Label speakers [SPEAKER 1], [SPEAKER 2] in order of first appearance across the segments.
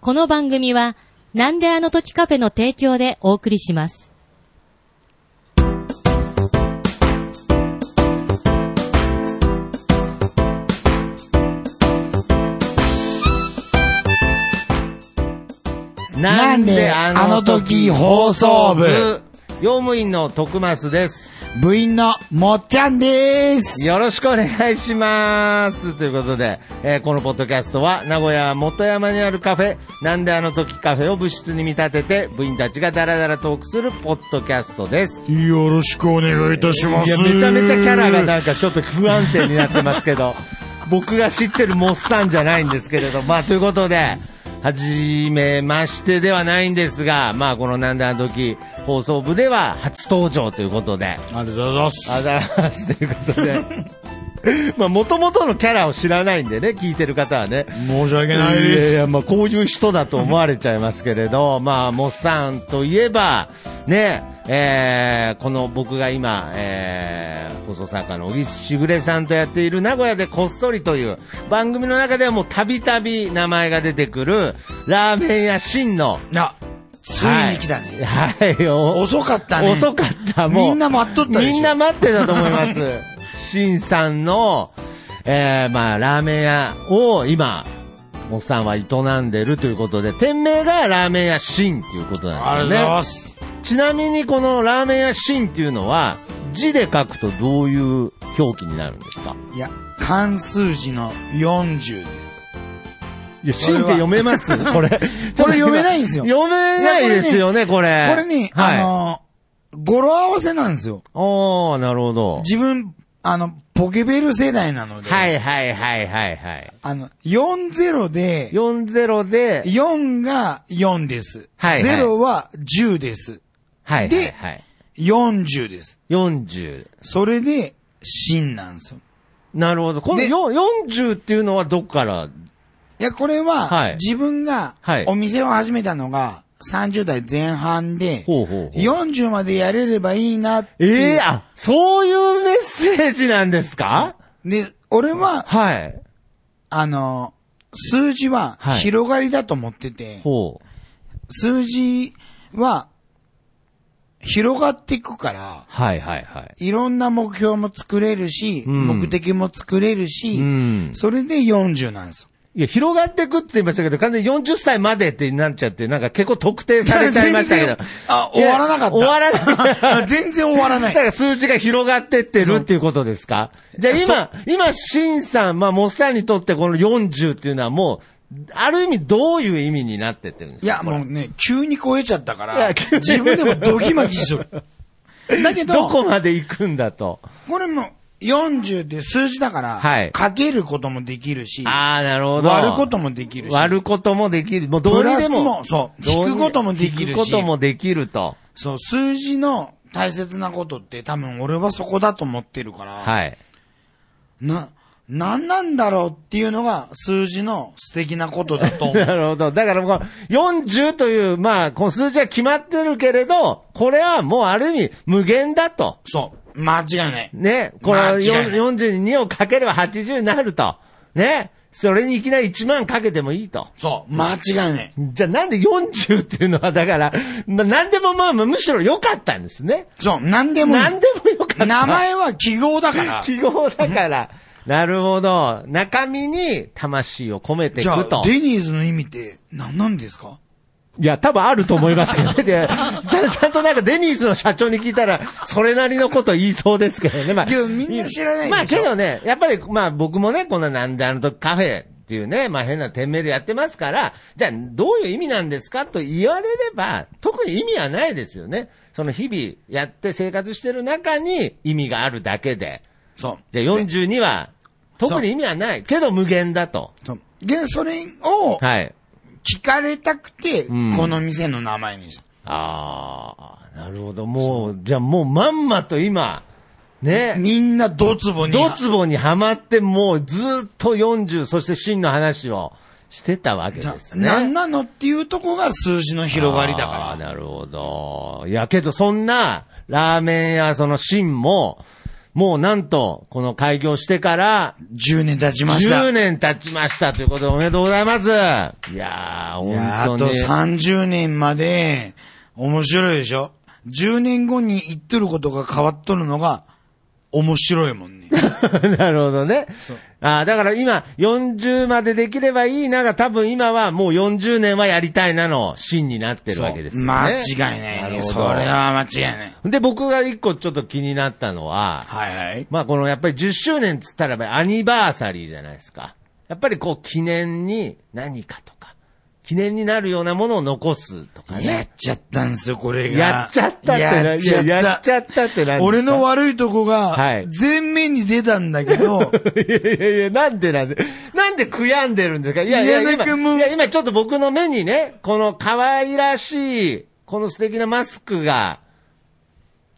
[SPEAKER 1] この番組は、なんであの時カフェの提供でお送りします。
[SPEAKER 2] なんであの時放送部
[SPEAKER 3] 用務員の徳増です。
[SPEAKER 2] 部員のもっちゃんです。
[SPEAKER 3] よろしくお願いします。ということで、えーこのポッドキャストは名古屋元山にあるカフェ、なんであの時カフェを部室に見立てて部員たちがダラダラトークするポッドキャストです。
[SPEAKER 2] よろしくお願いいたし
[SPEAKER 3] いや、めちゃめちゃキャラがなんかちょっと不安定になってますけど、 僕が知ってるモッサンじゃないんですけれど、まあということで、はじめましてではないんですが、まあこのなんであの時放送部では初登場ということで、
[SPEAKER 2] ありがとうございます。
[SPEAKER 3] あざますということ で。まあ、もともとのキャラを知らないんでね、聞いてる方はね。
[SPEAKER 2] 申し訳
[SPEAKER 3] い
[SPEAKER 2] ない
[SPEAKER 3] やい
[SPEAKER 2] で
[SPEAKER 3] や、まあ、こういう人だと思われちゃいますけれど、 まあ、モッサンといえば、ね、えーこの僕が今、えー、放送作家の小木しぐれさんとやっている名古屋でこっそりという番組の中ではもうたびたび名前が出てくるラーメン屋真の。
[SPEAKER 2] す。な、ついに来たね。
[SPEAKER 3] はい、お
[SPEAKER 2] 遅かったね。
[SPEAKER 3] 遅かった、もう。
[SPEAKER 2] みんな待っとったでしょ
[SPEAKER 3] みんな待ってたと思い ます。シンさんの、えー、まあ、ラーメン屋を今、おっさんは営んでるということで、店名がラーメン屋シンっていうこと
[SPEAKER 2] あ
[SPEAKER 3] な
[SPEAKER 2] り
[SPEAKER 3] んです
[SPEAKER 2] がとうござい
[SPEAKER 3] よね
[SPEAKER 2] ま。す。
[SPEAKER 3] ちなみにこのラーメン屋シンっていうのは、字で書くとどういう表記になるんですか
[SPEAKER 2] いや、関数字の40です。
[SPEAKER 3] いや、シンって読めますこ れ。
[SPEAKER 2] これ読めないんです よ
[SPEAKER 3] 読めないですよね、これ。
[SPEAKER 2] これね、
[SPEAKER 3] はい。
[SPEAKER 2] あのー、語呂合わせなんですよ。
[SPEAKER 3] おー、なるほど。
[SPEAKER 2] 自分、あの、ポケベル世代なので、
[SPEAKER 3] はいはいはいはいはい。
[SPEAKER 2] あの、40で、
[SPEAKER 3] 40で、
[SPEAKER 2] 4が4です。
[SPEAKER 3] はいはい
[SPEAKER 2] 0は10です。
[SPEAKER 3] はいはい、
[SPEAKER 2] で
[SPEAKER 3] はい。
[SPEAKER 2] 40です。
[SPEAKER 3] 40。
[SPEAKER 2] それで、真なんですよ。
[SPEAKER 3] なるほど。この
[SPEAKER 2] で
[SPEAKER 3] よ40っていうのはどっから
[SPEAKER 2] いや、これは、
[SPEAKER 3] はい
[SPEAKER 2] 自分が
[SPEAKER 3] はい、
[SPEAKER 2] お店を始めたのが、30代前半で、
[SPEAKER 3] ほうほうほう
[SPEAKER 2] 40までやれればいいなっていう。
[SPEAKER 3] ええあ、そういうメッセージなんですか
[SPEAKER 2] で、俺は、
[SPEAKER 3] はい。
[SPEAKER 2] あの、数字は
[SPEAKER 3] はい
[SPEAKER 2] 広がりだと思ってて、
[SPEAKER 3] ほう。
[SPEAKER 2] 数字は広がっていくから、
[SPEAKER 3] はいはいはい。
[SPEAKER 2] いろんな目標も作れるし、
[SPEAKER 3] うん
[SPEAKER 2] 目的も作れるし、
[SPEAKER 3] うん
[SPEAKER 2] それで40なんですよ。
[SPEAKER 3] いや、広がってくって言いましたけど、完全に40歳までってなっちゃって、なんか結構特定されちゃいましたけど
[SPEAKER 2] 全然。あ、終わらなかった。
[SPEAKER 3] いや終わら ない。
[SPEAKER 2] あ全然終わらな
[SPEAKER 3] だか
[SPEAKER 2] い。
[SPEAKER 3] ら数字が広がってってるっていうことですかじゃあ今、今、シンさん、まあ、モッサンにとってこの40っていうのはもう、ある意味どういう意味になってってるんで
[SPEAKER 2] い
[SPEAKER 3] すか
[SPEAKER 2] や、
[SPEAKER 3] これ
[SPEAKER 2] もうね、急に超えちゃったか
[SPEAKER 3] い
[SPEAKER 2] ら、
[SPEAKER 3] や急に
[SPEAKER 2] 自分でもドキマキしとる。 だけど、
[SPEAKER 3] どこまで行くんだと。
[SPEAKER 2] これも40って数字だから、
[SPEAKER 3] はい
[SPEAKER 2] かけることもできるし、
[SPEAKER 3] ああ、なるほど。
[SPEAKER 2] 割ることもできるし、
[SPEAKER 3] 割ることもできる。もうどう
[SPEAKER 2] プ
[SPEAKER 3] に
[SPEAKER 2] ラ
[SPEAKER 3] で
[SPEAKER 2] ス
[SPEAKER 3] も。
[SPEAKER 2] も、そう、
[SPEAKER 3] どう
[SPEAKER 2] 引
[SPEAKER 3] に
[SPEAKER 2] くこともできる
[SPEAKER 3] 引くこと
[SPEAKER 2] し、
[SPEAKER 3] もできると。
[SPEAKER 2] そう、数字の大切なことって多分俺はそこだと思ってるから、
[SPEAKER 3] はい。
[SPEAKER 2] な、なんなんだろうっていうのが数字の素敵なことだと思 う。
[SPEAKER 3] なるほど。だからもう、40という、まあ、この数字は決まってるけれど、これはもうある意味無限だと。
[SPEAKER 2] そう、間違いない。
[SPEAKER 3] ね。これは
[SPEAKER 2] 間違いない
[SPEAKER 3] 40に2をかければ80になると。ね。それにいきなり1万かけてもいいと。
[SPEAKER 2] そう、間違いない。
[SPEAKER 3] じゃあなんで40っていうのは、だから、まあ、なんでもまあまあ、むしろ良かったんですね。
[SPEAKER 2] そう、なんでもいい
[SPEAKER 3] なんでも良かった。
[SPEAKER 2] 名前は記号だから。
[SPEAKER 3] 記号だから。 なるほど。中身に魂を込めてい
[SPEAKER 2] じゃ
[SPEAKER 3] く
[SPEAKER 2] あ
[SPEAKER 3] と、。
[SPEAKER 2] デニーズの意味って何なんですか
[SPEAKER 3] いや、多分あると思いますけ どね。でちゃんちゃんとなんかデニーズの社長に聞いたら、それなりのこと言いそうですけどね。まあ、
[SPEAKER 2] けどみんな知らないでしょ
[SPEAKER 3] まあけどね、やっぱりまあ僕もね、こんななんであの時カフェっていうね、まあ変な店名でやってますから、じゃあどういう意味なんですかと言われれば、特に意味はないですよね。その日々やって生活してる中に意味があるだけで。
[SPEAKER 2] そう。
[SPEAKER 3] じゃあ42は、特に意味はない。けど無限だと。
[SPEAKER 2] そう。で、それを
[SPEAKER 3] はい。
[SPEAKER 2] 聞かれたくて、
[SPEAKER 3] うん
[SPEAKER 2] この店の名前にした。
[SPEAKER 3] ああ、なるほど。もう、じゃあもうまんまと今、ね、
[SPEAKER 2] みんなドツボに。
[SPEAKER 3] ドツボにはまってもうずっと40、そして真の話をしてたわけ
[SPEAKER 2] じゃ
[SPEAKER 3] ですね。
[SPEAKER 2] 何なのっていうとこが数字の広がりだ
[SPEAKER 3] あー
[SPEAKER 2] か
[SPEAKER 3] なるほど。いやけどそんな、ラーメン屋その真も、もうなんと、この開業してから、
[SPEAKER 2] 10年経ちました。
[SPEAKER 3] 10年経ちましたということでおめでとうございます。いやー、
[SPEAKER 2] いや
[SPEAKER 3] 本
[SPEAKER 2] あと
[SPEAKER 3] 当に。
[SPEAKER 2] 30年まで、面白いでしょ ?10 年後に言ってることが変わっとるのが、面白い もんね。
[SPEAKER 3] なるほどね。ああ、だから今、40までできればいいなが、多分今はもう40年はやりたいなの、芯になってるわけですよね。
[SPEAKER 2] 間違いな
[SPEAKER 3] ないる
[SPEAKER 2] ね。
[SPEAKER 3] ほど
[SPEAKER 2] それは間違いない。
[SPEAKER 3] で、僕が一個ちょっと気になったのは、
[SPEAKER 2] はいはい。
[SPEAKER 3] まあこのやっぱり10周年っつったらやっぱりアニバーサリーじゃないですか。やっぱりこう記念に何かとか、記念になるようなものを残すとか
[SPEAKER 2] やっ
[SPEAKER 3] ね。
[SPEAKER 2] ちゃったんですよ、これが。
[SPEAKER 3] やっちゃったってな
[SPEAKER 2] やっちゃっ
[SPEAKER 3] い
[SPEAKER 2] た。
[SPEAKER 3] ややっちゃったって何ですか
[SPEAKER 2] 俺の悪いとこ
[SPEAKER 3] は
[SPEAKER 2] が
[SPEAKER 3] い、
[SPEAKER 2] 前面に出たんだけど、
[SPEAKER 3] いやいやいや、なんでなんで、なんで悔やんでるんですかいやいや、
[SPEAKER 2] 宮
[SPEAKER 3] 今、
[SPEAKER 2] 根君も
[SPEAKER 3] いや今ちょっと僕の目にね、この可愛らしい、この素敵なマスクが、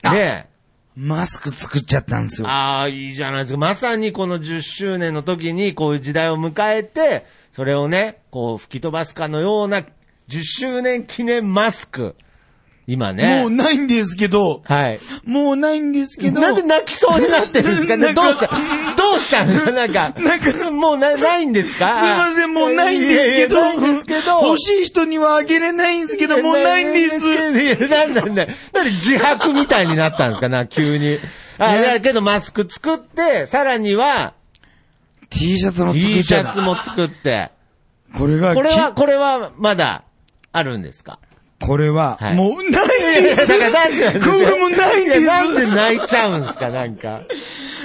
[SPEAKER 3] ね
[SPEAKER 2] マスク作っちゃったんですよ。
[SPEAKER 3] ああ、いいじゃないですか。まさにこの10周年の時にこういう時代を迎えて、それをね、こう吹き飛ばすかのような10周年記念マスク。今ね。
[SPEAKER 2] もうないんですけど、
[SPEAKER 3] はい。
[SPEAKER 2] もうないんですけど、
[SPEAKER 3] なんで泣きそうになってるんですか
[SPEAKER 2] な
[SPEAKER 3] ね
[SPEAKER 2] ん
[SPEAKER 3] ど
[SPEAKER 2] か
[SPEAKER 3] うしたどうしたんですかなんか。
[SPEAKER 2] なんか
[SPEAKER 3] もうな、ないんですか
[SPEAKER 2] すいません、もうないんですけど、
[SPEAKER 3] いやいやないんですけど。
[SPEAKER 2] 欲しい人にはあげれないんですけど、もうないんです。
[SPEAKER 3] いや、なんなんだよなんで自白みたいになったんですかな、急に。あ、
[SPEAKER 2] ね
[SPEAKER 3] いや、けどマスク作って、さらには、
[SPEAKER 2] T シャツも作
[SPEAKER 3] T
[SPEAKER 2] っ
[SPEAKER 3] シ
[SPEAKER 2] ちゃ
[SPEAKER 3] ャ
[SPEAKER 2] った。
[SPEAKER 3] ツも作って。
[SPEAKER 2] これが、
[SPEAKER 3] これは、
[SPEAKER 2] き
[SPEAKER 3] これは、まだ、あるんですか
[SPEAKER 2] これは、
[SPEAKER 3] はい
[SPEAKER 2] もうないん
[SPEAKER 3] い
[SPEAKER 2] で
[SPEAKER 3] やだ
[SPEAKER 2] す。
[SPEAKER 3] からなんでなんですか
[SPEAKER 2] これもないんです
[SPEAKER 3] やなんで泣いちゃうんですか、なんか。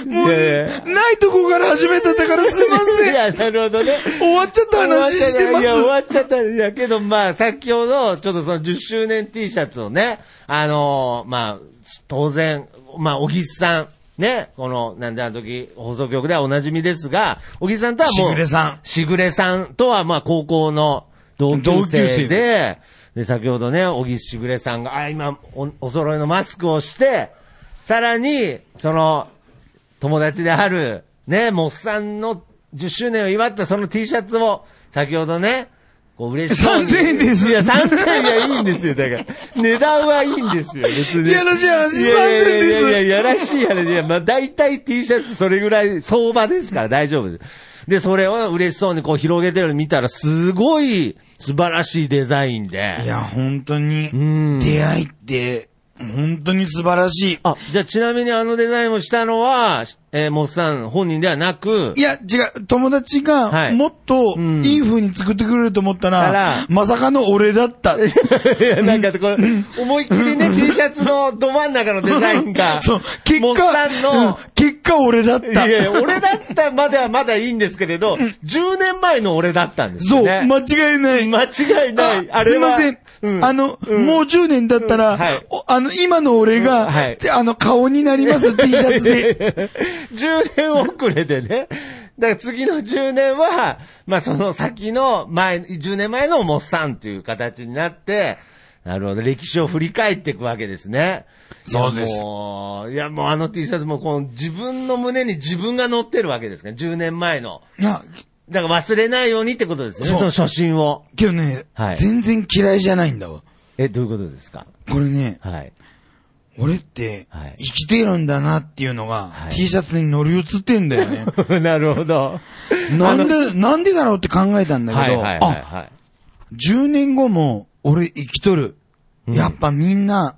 [SPEAKER 2] もう、
[SPEAKER 3] いやいや
[SPEAKER 2] ないとこから始めただからすいま
[SPEAKER 3] い
[SPEAKER 2] せん。
[SPEAKER 3] や、なるほどね。
[SPEAKER 2] 終わっちゃった話してます
[SPEAKER 3] い。や、終わっちゃった。いや、けど、まあ、先ほど、ちょっとその10周年 T シャツをね、あのーまあ、当然、まあ、小木さん、ね、この、なんであの時、放送局ではおなじみですが、小木さんとはもう、
[SPEAKER 2] しぐれさん
[SPEAKER 3] しぐれさんとは、まあ、高校の同級
[SPEAKER 2] 同級
[SPEAKER 3] 生
[SPEAKER 2] 生
[SPEAKER 3] で、で、先ほどね、小木しぐれさんが、あ、今、お、お揃いのマスクをして、さらに、その、友達である、ね、モッさんの10周年を祝ったその T シャツを、先ほどね、こう嬉しそうに。
[SPEAKER 2] 3000円です
[SPEAKER 3] いや、3000円いや、いいんですよ。だから、値段はいいんですよ、別に。
[SPEAKER 2] いやらしい話
[SPEAKER 3] いやいやいやいやいや、や
[SPEAKER 2] 3000です
[SPEAKER 3] らしい話。いや、まあ、大体 T シャツそれぐらい相場ですから大丈夫です。で、それを嬉しそうにこう広げてるの見たら、すごい素晴らしいデザインで。
[SPEAKER 2] いや、本当に
[SPEAKER 3] ん、
[SPEAKER 2] 出会いって、本当に素晴らし
[SPEAKER 3] あ、じゃあちなみにあのデザインをしたのは、えーモッさん本人ではなく
[SPEAKER 2] い。い、や、違う、友達
[SPEAKER 3] は
[SPEAKER 2] が、
[SPEAKER 3] い
[SPEAKER 2] もっと
[SPEAKER 3] うん
[SPEAKER 2] いい風に作ってくれると思った
[SPEAKER 3] あ
[SPEAKER 2] ら
[SPEAKER 3] ら、
[SPEAKER 2] まさかの俺だった。
[SPEAKER 3] いやなんかこれ、思いっきりね、T シャツのど真ん中のデザイン が、
[SPEAKER 2] そう、結
[SPEAKER 3] モッ
[SPEAKER 2] 果
[SPEAKER 3] さん、の
[SPEAKER 2] うん、結果俺だっ
[SPEAKER 3] い
[SPEAKER 2] た。
[SPEAKER 3] やいや、俺 だったまではまだいいんですけれど、10年前の俺だったんです
[SPEAKER 2] そ
[SPEAKER 3] よ
[SPEAKER 2] う、
[SPEAKER 3] ね。
[SPEAKER 2] 間違いない。
[SPEAKER 3] 間違いない。あ
[SPEAKER 2] す
[SPEAKER 3] れ
[SPEAKER 2] いま
[SPEAKER 3] は
[SPEAKER 2] せん。
[SPEAKER 3] うん
[SPEAKER 2] あの、
[SPEAKER 3] うん
[SPEAKER 2] もう10年だったら、
[SPEAKER 3] うんはい
[SPEAKER 2] おあの、今の俺
[SPEAKER 3] う
[SPEAKER 2] が、
[SPEAKER 3] んはい
[SPEAKER 2] あの、顔になりま す T シャツで。
[SPEAKER 3] 10年遅れでね。だから次の10年は、まあその先の前、10年前のモッサンという形になって、なるほど、歴史を振り返っていくわけですね。
[SPEAKER 2] そうです
[SPEAKER 3] いやもう、いやもうあの T シャツもこの自分の胸に自分が乗ってるわけですから、10年前の。
[SPEAKER 2] いや、
[SPEAKER 3] だから忘れないようにってことですよね、
[SPEAKER 2] そう
[SPEAKER 3] その初心を。
[SPEAKER 2] けどね、
[SPEAKER 3] はい
[SPEAKER 2] 全然嫌いじゃないんだわ。
[SPEAKER 3] え、どういうことですか
[SPEAKER 2] これね、
[SPEAKER 3] はい。
[SPEAKER 2] 俺って
[SPEAKER 3] はい、
[SPEAKER 2] 生きてるんだなっていうのが、
[SPEAKER 3] はい
[SPEAKER 2] T シャツに乗り移ってんだ よ ね。
[SPEAKER 3] なるほど。
[SPEAKER 2] なんで、なんでだろうって考えたんだ
[SPEAKER 3] は
[SPEAKER 2] け
[SPEAKER 3] い
[SPEAKER 2] ど、
[SPEAKER 3] はいはい、
[SPEAKER 2] あ、
[SPEAKER 3] はい。
[SPEAKER 2] 10年後も俺生きとる。
[SPEAKER 3] うん
[SPEAKER 2] やっぱみんな、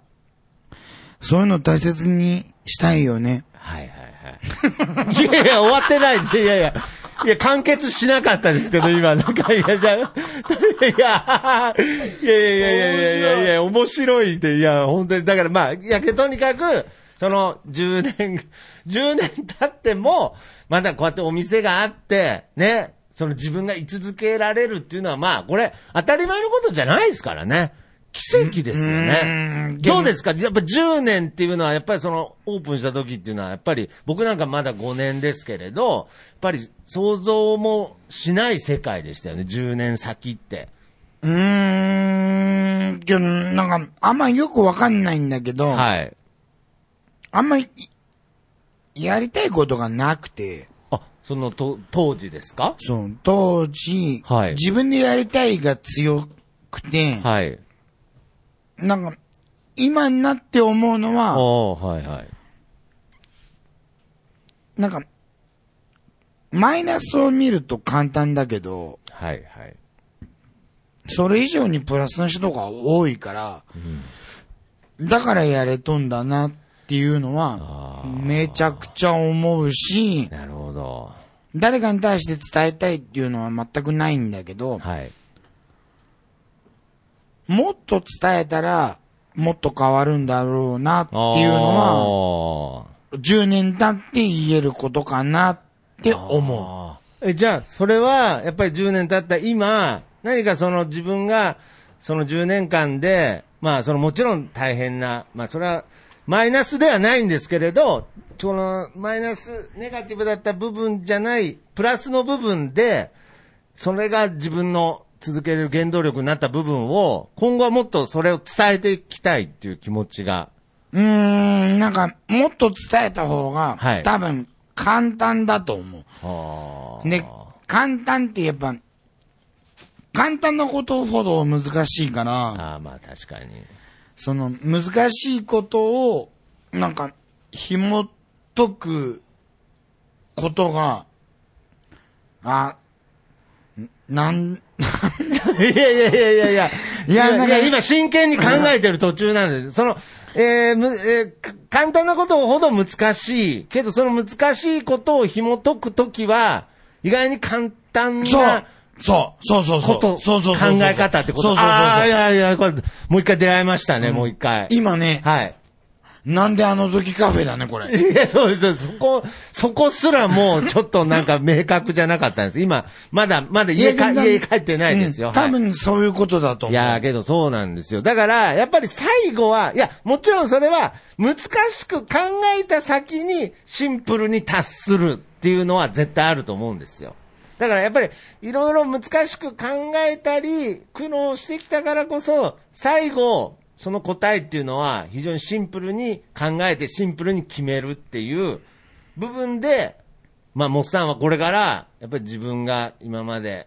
[SPEAKER 2] そういうの大切にしたいよね。
[SPEAKER 3] はいはいはい。いやいや、終わってないです。いやいや。いや、完結しなかったですけど、今、なんか、いや、じゃあ、いや、いやいやいやいやいやいや、面白いって、いや、本当に、だからまあ、いや、けどとにかく、その、10年、10年経っても、まだこうやってお店があって、ね、その自分が居続けられるっていうのは、まあ、これ、当たり前のことじゃないですからね。奇跡ですよ
[SPEAKER 2] う
[SPEAKER 3] ね
[SPEAKER 2] ん。
[SPEAKER 3] どうですかやっぱ10年っていうのは、やっぱりそのオープンした時っていうのは、やっぱり僕なんかまだ5年ですけれど、やっぱり想像もしない世界でしたよね、10年先って。
[SPEAKER 2] うーん、けど、なんか、あんまよくわかんないんだけど、
[SPEAKER 3] はい。
[SPEAKER 2] あんまり、やりたいことがなくて、
[SPEAKER 3] あ、そのと当時ですか
[SPEAKER 2] その、当時、
[SPEAKER 3] はい
[SPEAKER 2] 自分でやりたいが強くて、
[SPEAKER 3] はい。
[SPEAKER 2] なんか、今になって思うのは、
[SPEAKER 3] おーはいはい。
[SPEAKER 2] なんか、マイナスを見ると簡単だけど、
[SPEAKER 3] はいはい。
[SPEAKER 2] それ以上にプラスの人が多いから、だからやれとんだなっていうのは
[SPEAKER 3] あ、ー
[SPEAKER 2] めちゃくちゃ思うし、
[SPEAKER 3] なるほど。
[SPEAKER 2] 誰かに対して伝えたいっていうのは全くないんだけど、
[SPEAKER 3] はい。
[SPEAKER 2] もっと伝えたら、もっと変わるんだろうなっていうのは、
[SPEAKER 3] は、
[SPEAKER 2] 10年経って言えることかなって思
[SPEAKER 3] 思う。え、じゃあ、それは、やっぱり10年経った今、何かその自分が、その10年間で、まあ、そのもちろん大変な、まあ、それは、マイナスではないんですけれど、その、マイナス、ネガティブだった部分じゃない、プラスの部分で、それが自分の続ける原動力になった部分を、今後はもっとそれを伝えていきたいっていう気持ちが。
[SPEAKER 2] う。うーん、なんか、もっと伝えた方が、
[SPEAKER 3] はい
[SPEAKER 2] 多分、簡単だと思う。
[SPEAKER 3] あー
[SPEAKER 2] で、簡単ってやっぱ、簡単なことほど難しいから、
[SPEAKER 3] あー、まあ確かに。
[SPEAKER 2] その難しいことを、なんか、紐解くことが、あ、んなん、
[SPEAKER 3] いやいやいやいやいや。
[SPEAKER 2] いやなんか
[SPEAKER 3] 今真剣に考えてる途中なんです。その、えーむ、えーか簡単なことほど難しい。けどその難しいことを紐解くときは、意外に簡単
[SPEAKER 2] そう
[SPEAKER 3] な、
[SPEAKER 2] そう、そうそうそ
[SPEAKER 3] こ
[SPEAKER 2] う、
[SPEAKER 3] と、
[SPEAKER 2] そうそうそうそう
[SPEAKER 3] 考え方ってこと。
[SPEAKER 2] そうそうそう
[SPEAKER 3] ああ、い
[SPEAKER 2] そう。
[SPEAKER 3] やいや、これ、もう一回出会いましたね、もう一回。
[SPEAKER 2] 今ね、
[SPEAKER 3] はい。
[SPEAKER 2] なんであの時カフェだね、これ。
[SPEAKER 3] いや、そうです。そこ、そこすらもう、ちょっとなんか明確じゃなかったんです。今、まだ、まだ 家か、
[SPEAKER 2] いや
[SPEAKER 3] 家帰ってないですよ。
[SPEAKER 2] うん
[SPEAKER 3] はい
[SPEAKER 2] 多分そういうことだと
[SPEAKER 3] い
[SPEAKER 2] 思う。
[SPEAKER 3] やーけどそうなんですよ。だから、やっぱり最後は、いや、もちろんそれは、難しく考えた先に、シンプルに達するっていうのは絶対あると思うんですよ。だからやっぱり、いろいろ難しく考えたり、苦悩してきたからこそ、最後、その答えっていうのは、非常にシンプルに考えて、シンプルに決めるっていう部分で、まあ、モッサンはこれから、やっぱり自分が今まで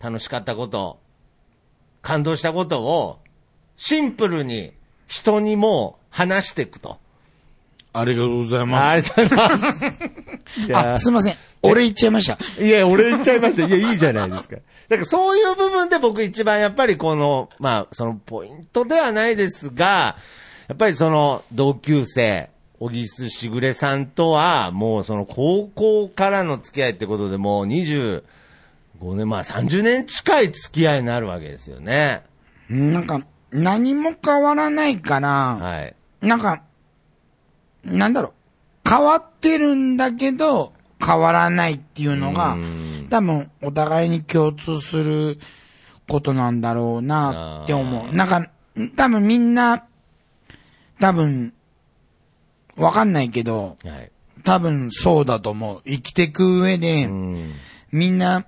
[SPEAKER 3] 楽しかったこと、感動したことを、シンプルに人にも話していくと。
[SPEAKER 2] ありがとうございます。
[SPEAKER 3] ありがとうございます。いや
[SPEAKER 2] あ、すいません。俺言っちゃいました。
[SPEAKER 3] いや、俺言っちゃいました。いや、いいじゃないですか。だからそういう部分で僕一番やっぱりこの、まあ、そのポイントではないですが、やっぱりその同級生、小木須しぐれさんとは、もうその高校からの付き合いってことでもう25年、まあ30年近い付き合いになるわけですよね。
[SPEAKER 2] なんか、何も変わらないから、
[SPEAKER 3] はい。
[SPEAKER 2] なんか、なんだろう、変わってるんだけど、変わらないっていうのが
[SPEAKER 3] うん、
[SPEAKER 2] 多分、お互いに共通することなんだろうなって思
[SPEAKER 3] あ
[SPEAKER 2] う。なんか、多分みんな、多分、わかんないけど、
[SPEAKER 3] はい。
[SPEAKER 2] 多分そうだと思う。生きてく上で、
[SPEAKER 3] うん。
[SPEAKER 2] みんな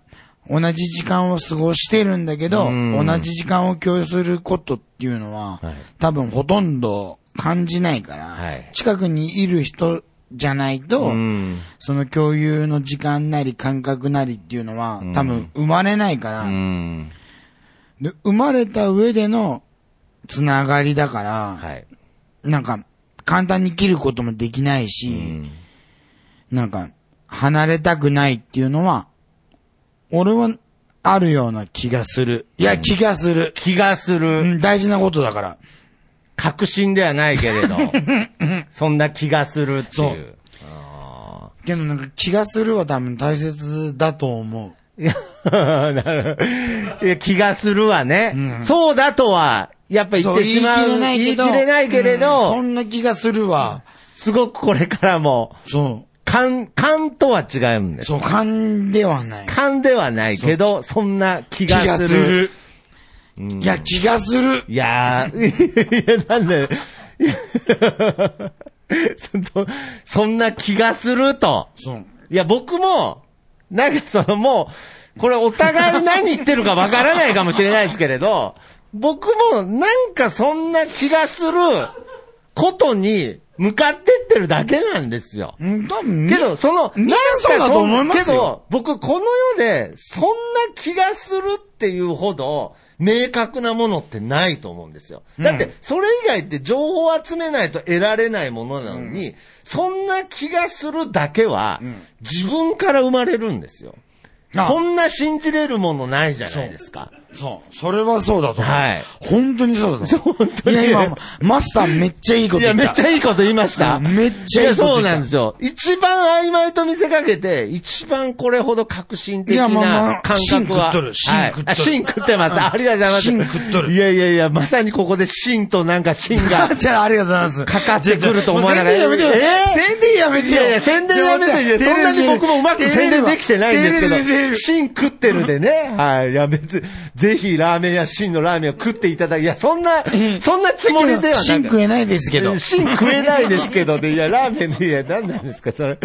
[SPEAKER 2] 同じ時間を過ごしてるんだけど、
[SPEAKER 3] うん
[SPEAKER 2] 同じ時間を共有することっていうのは、
[SPEAKER 3] はい
[SPEAKER 2] 多分ほとんど感じないから、
[SPEAKER 3] はい
[SPEAKER 2] 近くにいる人じゃないと、
[SPEAKER 3] うん。
[SPEAKER 2] その共有の時間なり感覚なりっていうのは
[SPEAKER 3] うん
[SPEAKER 2] 多分生まれないから、
[SPEAKER 3] うん。
[SPEAKER 2] で生まれた上でのつながりだから、
[SPEAKER 3] はい。
[SPEAKER 2] なんか簡単に切ることもできないうし、
[SPEAKER 3] ん。
[SPEAKER 2] なんか、離れたくないっていうのは、俺は、あるような気がする。いや、気がする。
[SPEAKER 3] 気がす
[SPEAKER 2] う
[SPEAKER 3] る。
[SPEAKER 2] ん、大事なことだから。
[SPEAKER 3] 確信ではないけ れど、そんな気がするって
[SPEAKER 2] そ
[SPEAKER 3] いうう。あ
[SPEAKER 2] けどなんか、気がするは多分大切だと思う。
[SPEAKER 3] ーいや なるほどいや気がするわね、
[SPEAKER 2] うん
[SPEAKER 3] そうだとは、やっぱ言ってしまう。言い切れないけれ
[SPEAKER 2] うん
[SPEAKER 3] ど、
[SPEAKER 2] そんな気がするわ。
[SPEAKER 3] すごくこれからも、
[SPEAKER 2] そ
[SPEAKER 3] 勘、勘とは違うんで
[SPEAKER 2] う。
[SPEAKER 3] す。
[SPEAKER 2] そう、勘ではない。
[SPEAKER 3] 勘ではないけど、そんな気
[SPEAKER 2] 気
[SPEAKER 3] が
[SPEAKER 2] が
[SPEAKER 3] す
[SPEAKER 2] す
[SPEAKER 3] る。
[SPEAKER 2] る。いや、気がする。
[SPEAKER 3] いやー、いや、なんだよ。いや そのそんな気がすると。
[SPEAKER 2] そう。
[SPEAKER 3] いや、僕も、なんかそのもう、これお互い何言ってるかわからないかもしれないですけれど、僕もなんかそんな気がすることに向かってってるだけなんですよ。
[SPEAKER 2] うん、多分ね
[SPEAKER 3] け、ど、その、
[SPEAKER 2] みんなそうだと思いますよ
[SPEAKER 3] なんかそんけど、僕、この世で、そんな気がするっていうほど、明確なものってないと思うんですよ。だって、それ以外って情報を集めないと得られないものなのに、そんな気がするだけは、
[SPEAKER 2] うん
[SPEAKER 3] 自分から生まれるんですよ。
[SPEAKER 2] あ
[SPEAKER 3] こんな信じれるものないじゃないですか。
[SPEAKER 2] そう。それはそうだと思う。
[SPEAKER 3] はい
[SPEAKER 2] 本当にそうだと思う。
[SPEAKER 3] 本当に
[SPEAKER 2] いや、今、マスターめっちゃいいこと
[SPEAKER 3] い
[SPEAKER 2] 言
[SPEAKER 3] や、
[SPEAKER 2] っ
[SPEAKER 3] め
[SPEAKER 2] た。
[SPEAKER 3] っちゃいいこと言いました。
[SPEAKER 2] うんめっちゃいいこと言った
[SPEAKER 3] やそうなんですよ。一番曖昧と見せかけて、一番これほど革新的
[SPEAKER 2] いや
[SPEAKER 3] な
[SPEAKER 2] まあまあ
[SPEAKER 3] 感覚は。
[SPEAKER 2] 芯食っとる芯食っと
[SPEAKER 3] はい
[SPEAKER 2] る
[SPEAKER 3] あ芯食ってます。ありがとうございます。
[SPEAKER 2] 芯食っとる
[SPEAKER 3] いやいやいや、まさにここで芯となんか芯が。
[SPEAKER 2] じゃあ、ありがとうございます。
[SPEAKER 3] かかってくると思わなかった
[SPEAKER 2] じゃあじゃあもう宣伝やめてよ。宣伝やめてよ。
[SPEAKER 3] いやいや、宣伝やめて、いやそんなに僕もうまく宣伝できてないんですけど、芯食ってるでね。はい。いや、別に、ぜひラーメン屋、芯のラーメンを食っていただき、いや、そんな、そんなつもりではなく。
[SPEAKER 2] 芯食えないですけど。
[SPEAKER 3] 芯食えないですけどね、いや、ラーメンで、いや、何なんですか、それ。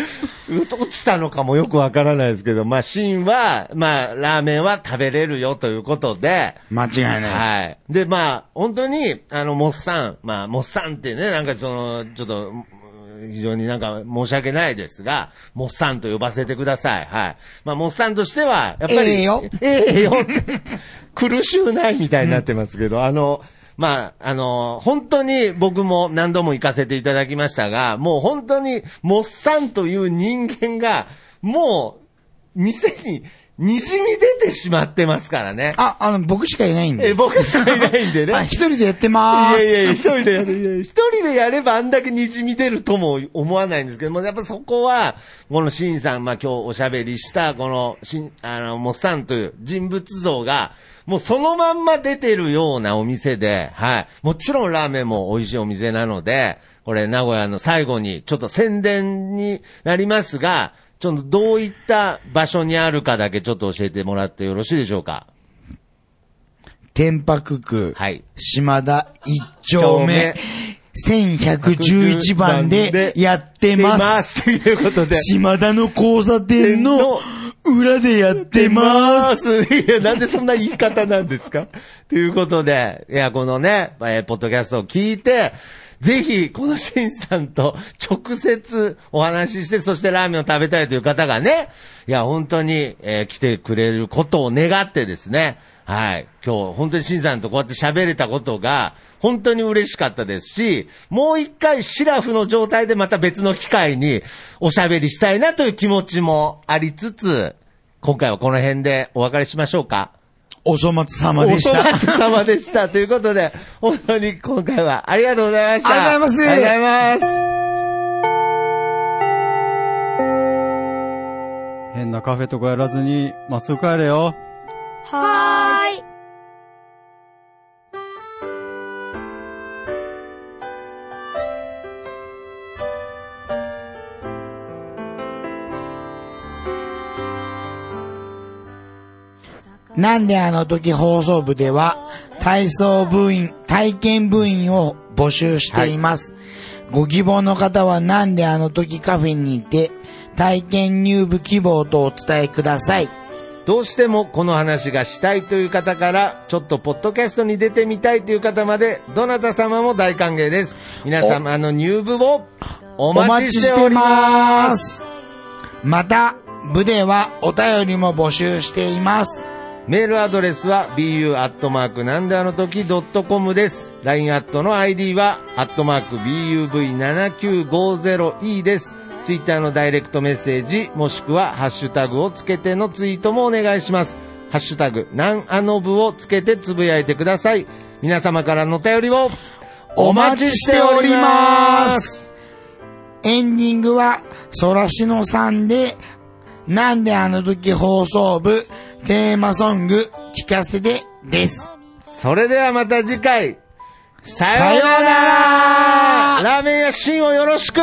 [SPEAKER 3] 落ちたのかもよくわからないですけど、まあ、芯は、まあ、ラーメンは食べれるよということで、
[SPEAKER 2] 間違いないです。
[SPEAKER 3] はい。で、まあ、本当に、あの、モッサン、まあ、モッサンってね、なんかその、ちょっと、うん非常になんか申し訳ないですが、モッサンと呼ばせてください。はい。まあ、モッサンとしては、やっぱり、
[SPEAKER 2] ええよ
[SPEAKER 3] ええよ って苦しゅうないみたいになってますけど、あの、まあ、あの、本当に僕も何度も行かせていただきましたが、もう本当に、モッサンという人間が、もう、店に、にじみ出てしまってますからね。
[SPEAKER 2] あ、あの、僕しかいないん
[SPEAKER 3] え、
[SPEAKER 2] で。
[SPEAKER 3] 僕しかいないんでね。
[SPEAKER 2] あ、
[SPEAKER 3] い
[SPEAKER 2] 一人でやってまー
[SPEAKER 3] や
[SPEAKER 2] す。
[SPEAKER 3] いやいや、一人でやる。いや一人でやればあんだけにじみ出るとも思わないんですけども、やっぱそこは、このシンさん、まあ今日おしゃべりした、この、しん、あの、モッサンという人物像が、もうそのまんま出てるようなお店で、はい。もちろんラーメンも美味しいお店なので、これ名古屋の最後にちょっと宣伝になりますが、ちょっとどういった場所にあるかだけちょっと教えてもらってよろしいでしょうか。
[SPEAKER 2] 天白区、
[SPEAKER 3] はい
[SPEAKER 2] 島田一丁目、1111番でやってます。
[SPEAKER 3] す。ということで。
[SPEAKER 2] 島田の交差点の裏でやってます。
[SPEAKER 3] す。いや、なんでそんな言い方なんですかということで、いや、このね、えーポッドキャストを聞いて、ぜひ、このシンさんと直接お話しして、そしてラーメンを食べたいという方がね、いや、本当に、えー来てくれることを願ってですね、はい。今日、本当にシンさんとこうやって喋れたことが、本当に嬉しかったですし、もう一回シラフの状態でまた別の機会におしゃべりしたいなという気持ちもありつつ、今回はこの辺でお別れしましょうか。
[SPEAKER 2] お粗末様でした。
[SPEAKER 3] お粗末様でした。ということで、本当に今回はありがとうございました。
[SPEAKER 2] ありがとうございま
[SPEAKER 3] ありが
[SPEAKER 2] す
[SPEAKER 3] とうございます。
[SPEAKER 4] 変なカフェとかやらずに、まっすぐ帰れよ。
[SPEAKER 5] はーい。
[SPEAKER 2] なんであの時放送部では、体操部員、体験部員を募集しています。ご希望の方はなんであの時カフェにて、体験入部希望とお伝えください。
[SPEAKER 3] どうしてもこの話がしたいという方から、ちょっとポッドキャストに出てみたいという方まで、どなた様も大歓迎です。皆様の入部をお
[SPEAKER 2] お
[SPEAKER 3] 待
[SPEAKER 2] 待
[SPEAKER 3] ち
[SPEAKER 2] ち
[SPEAKER 3] し
[SPEAKER 2] して
[SPEAKER 3] お
[SPEAKER 2] て
[SPEAKER 3] りま。
[SPEAKER 2] ますす。また、部ではお便りも募集しています。
[SPEAKER 3] メールアドレスは bu アットマークなんであの時ドットコムです。LINE アットの ID はアットマーク buv7950e です。ツイッターのダイレクトメッセージ、もしくはハッシュタグをつけてのツイートもお願いします。ハッシュタグ、なんあの部をつけてつぶやいてください。皆様からのお便りを
[SPEAKER 2] お待ちしております。エンディングは、そらしのさんで、なんであの時放送部、テーマソング、聞かせて、です。
[SPEAKER 3] それではまた次回。さ
[SPEAKER 2] さようなら
[SPEAKER 3] ラーメン屋シンをよろしく